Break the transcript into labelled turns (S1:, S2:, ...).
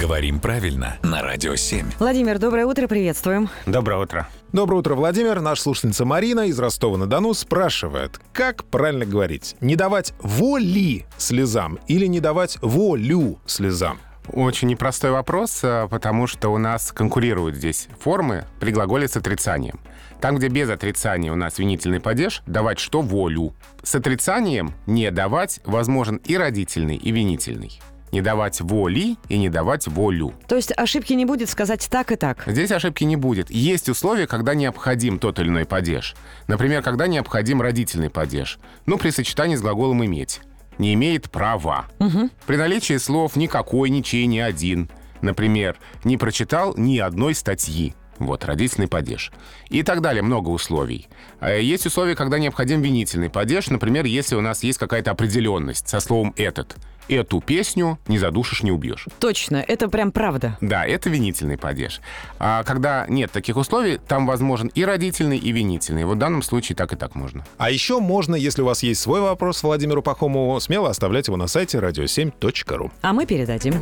S1: Говорим правильно на Радио 7.
S2: Владимир, доброе утро, приветствуем.
S3: Доброе утро.
S4: Доброе утро, Владимир. Наша слушательница Марина из Ростова-на-Дону спрашивает, как правильно говорить? Не давать воли слезам или не давать волю слезам?
S3: Очень непростой вопрос, э, потому что у нас конкурируют здесь формы при глаголе с отрицанием. Там, где без отрицания у нас винительный падеж, давать что волю. С отрицанием не давать возможен и родительный, и винительный. Не давать воли и не давать волю.
S2: То есть ошибки не будет сказать так и так.
S3: Здесь ошибки не будет. Есть условия, когда необходим тот или иной падеж. Например, когда необходим родительный падеж. Ну, при сочетании с глаголом «иметь». Не имеет права. При наличии слов «никакой», «ничей», «ни один». Например, «не прочитал ни одной статьи». Вот, родительный падеж. И так далее, много условий. А Есть условия, когда необходим винительный падеж. Например, если у нас есть какая-то определенность со словом «этот». Эту песню не задушишь, не убьешь.
S2: Точно, это прям правда.
S3: Да, это винительный падеж. А когда нет таких условий, там возможен и родительный, и винительный. Вот в данном случае так и так можно.
S4: А еще можно, если у вас есть свой вопрос Владимиру Пахомову, смело оставлять его на сайте radio7.ru.
S2: А мы передадим.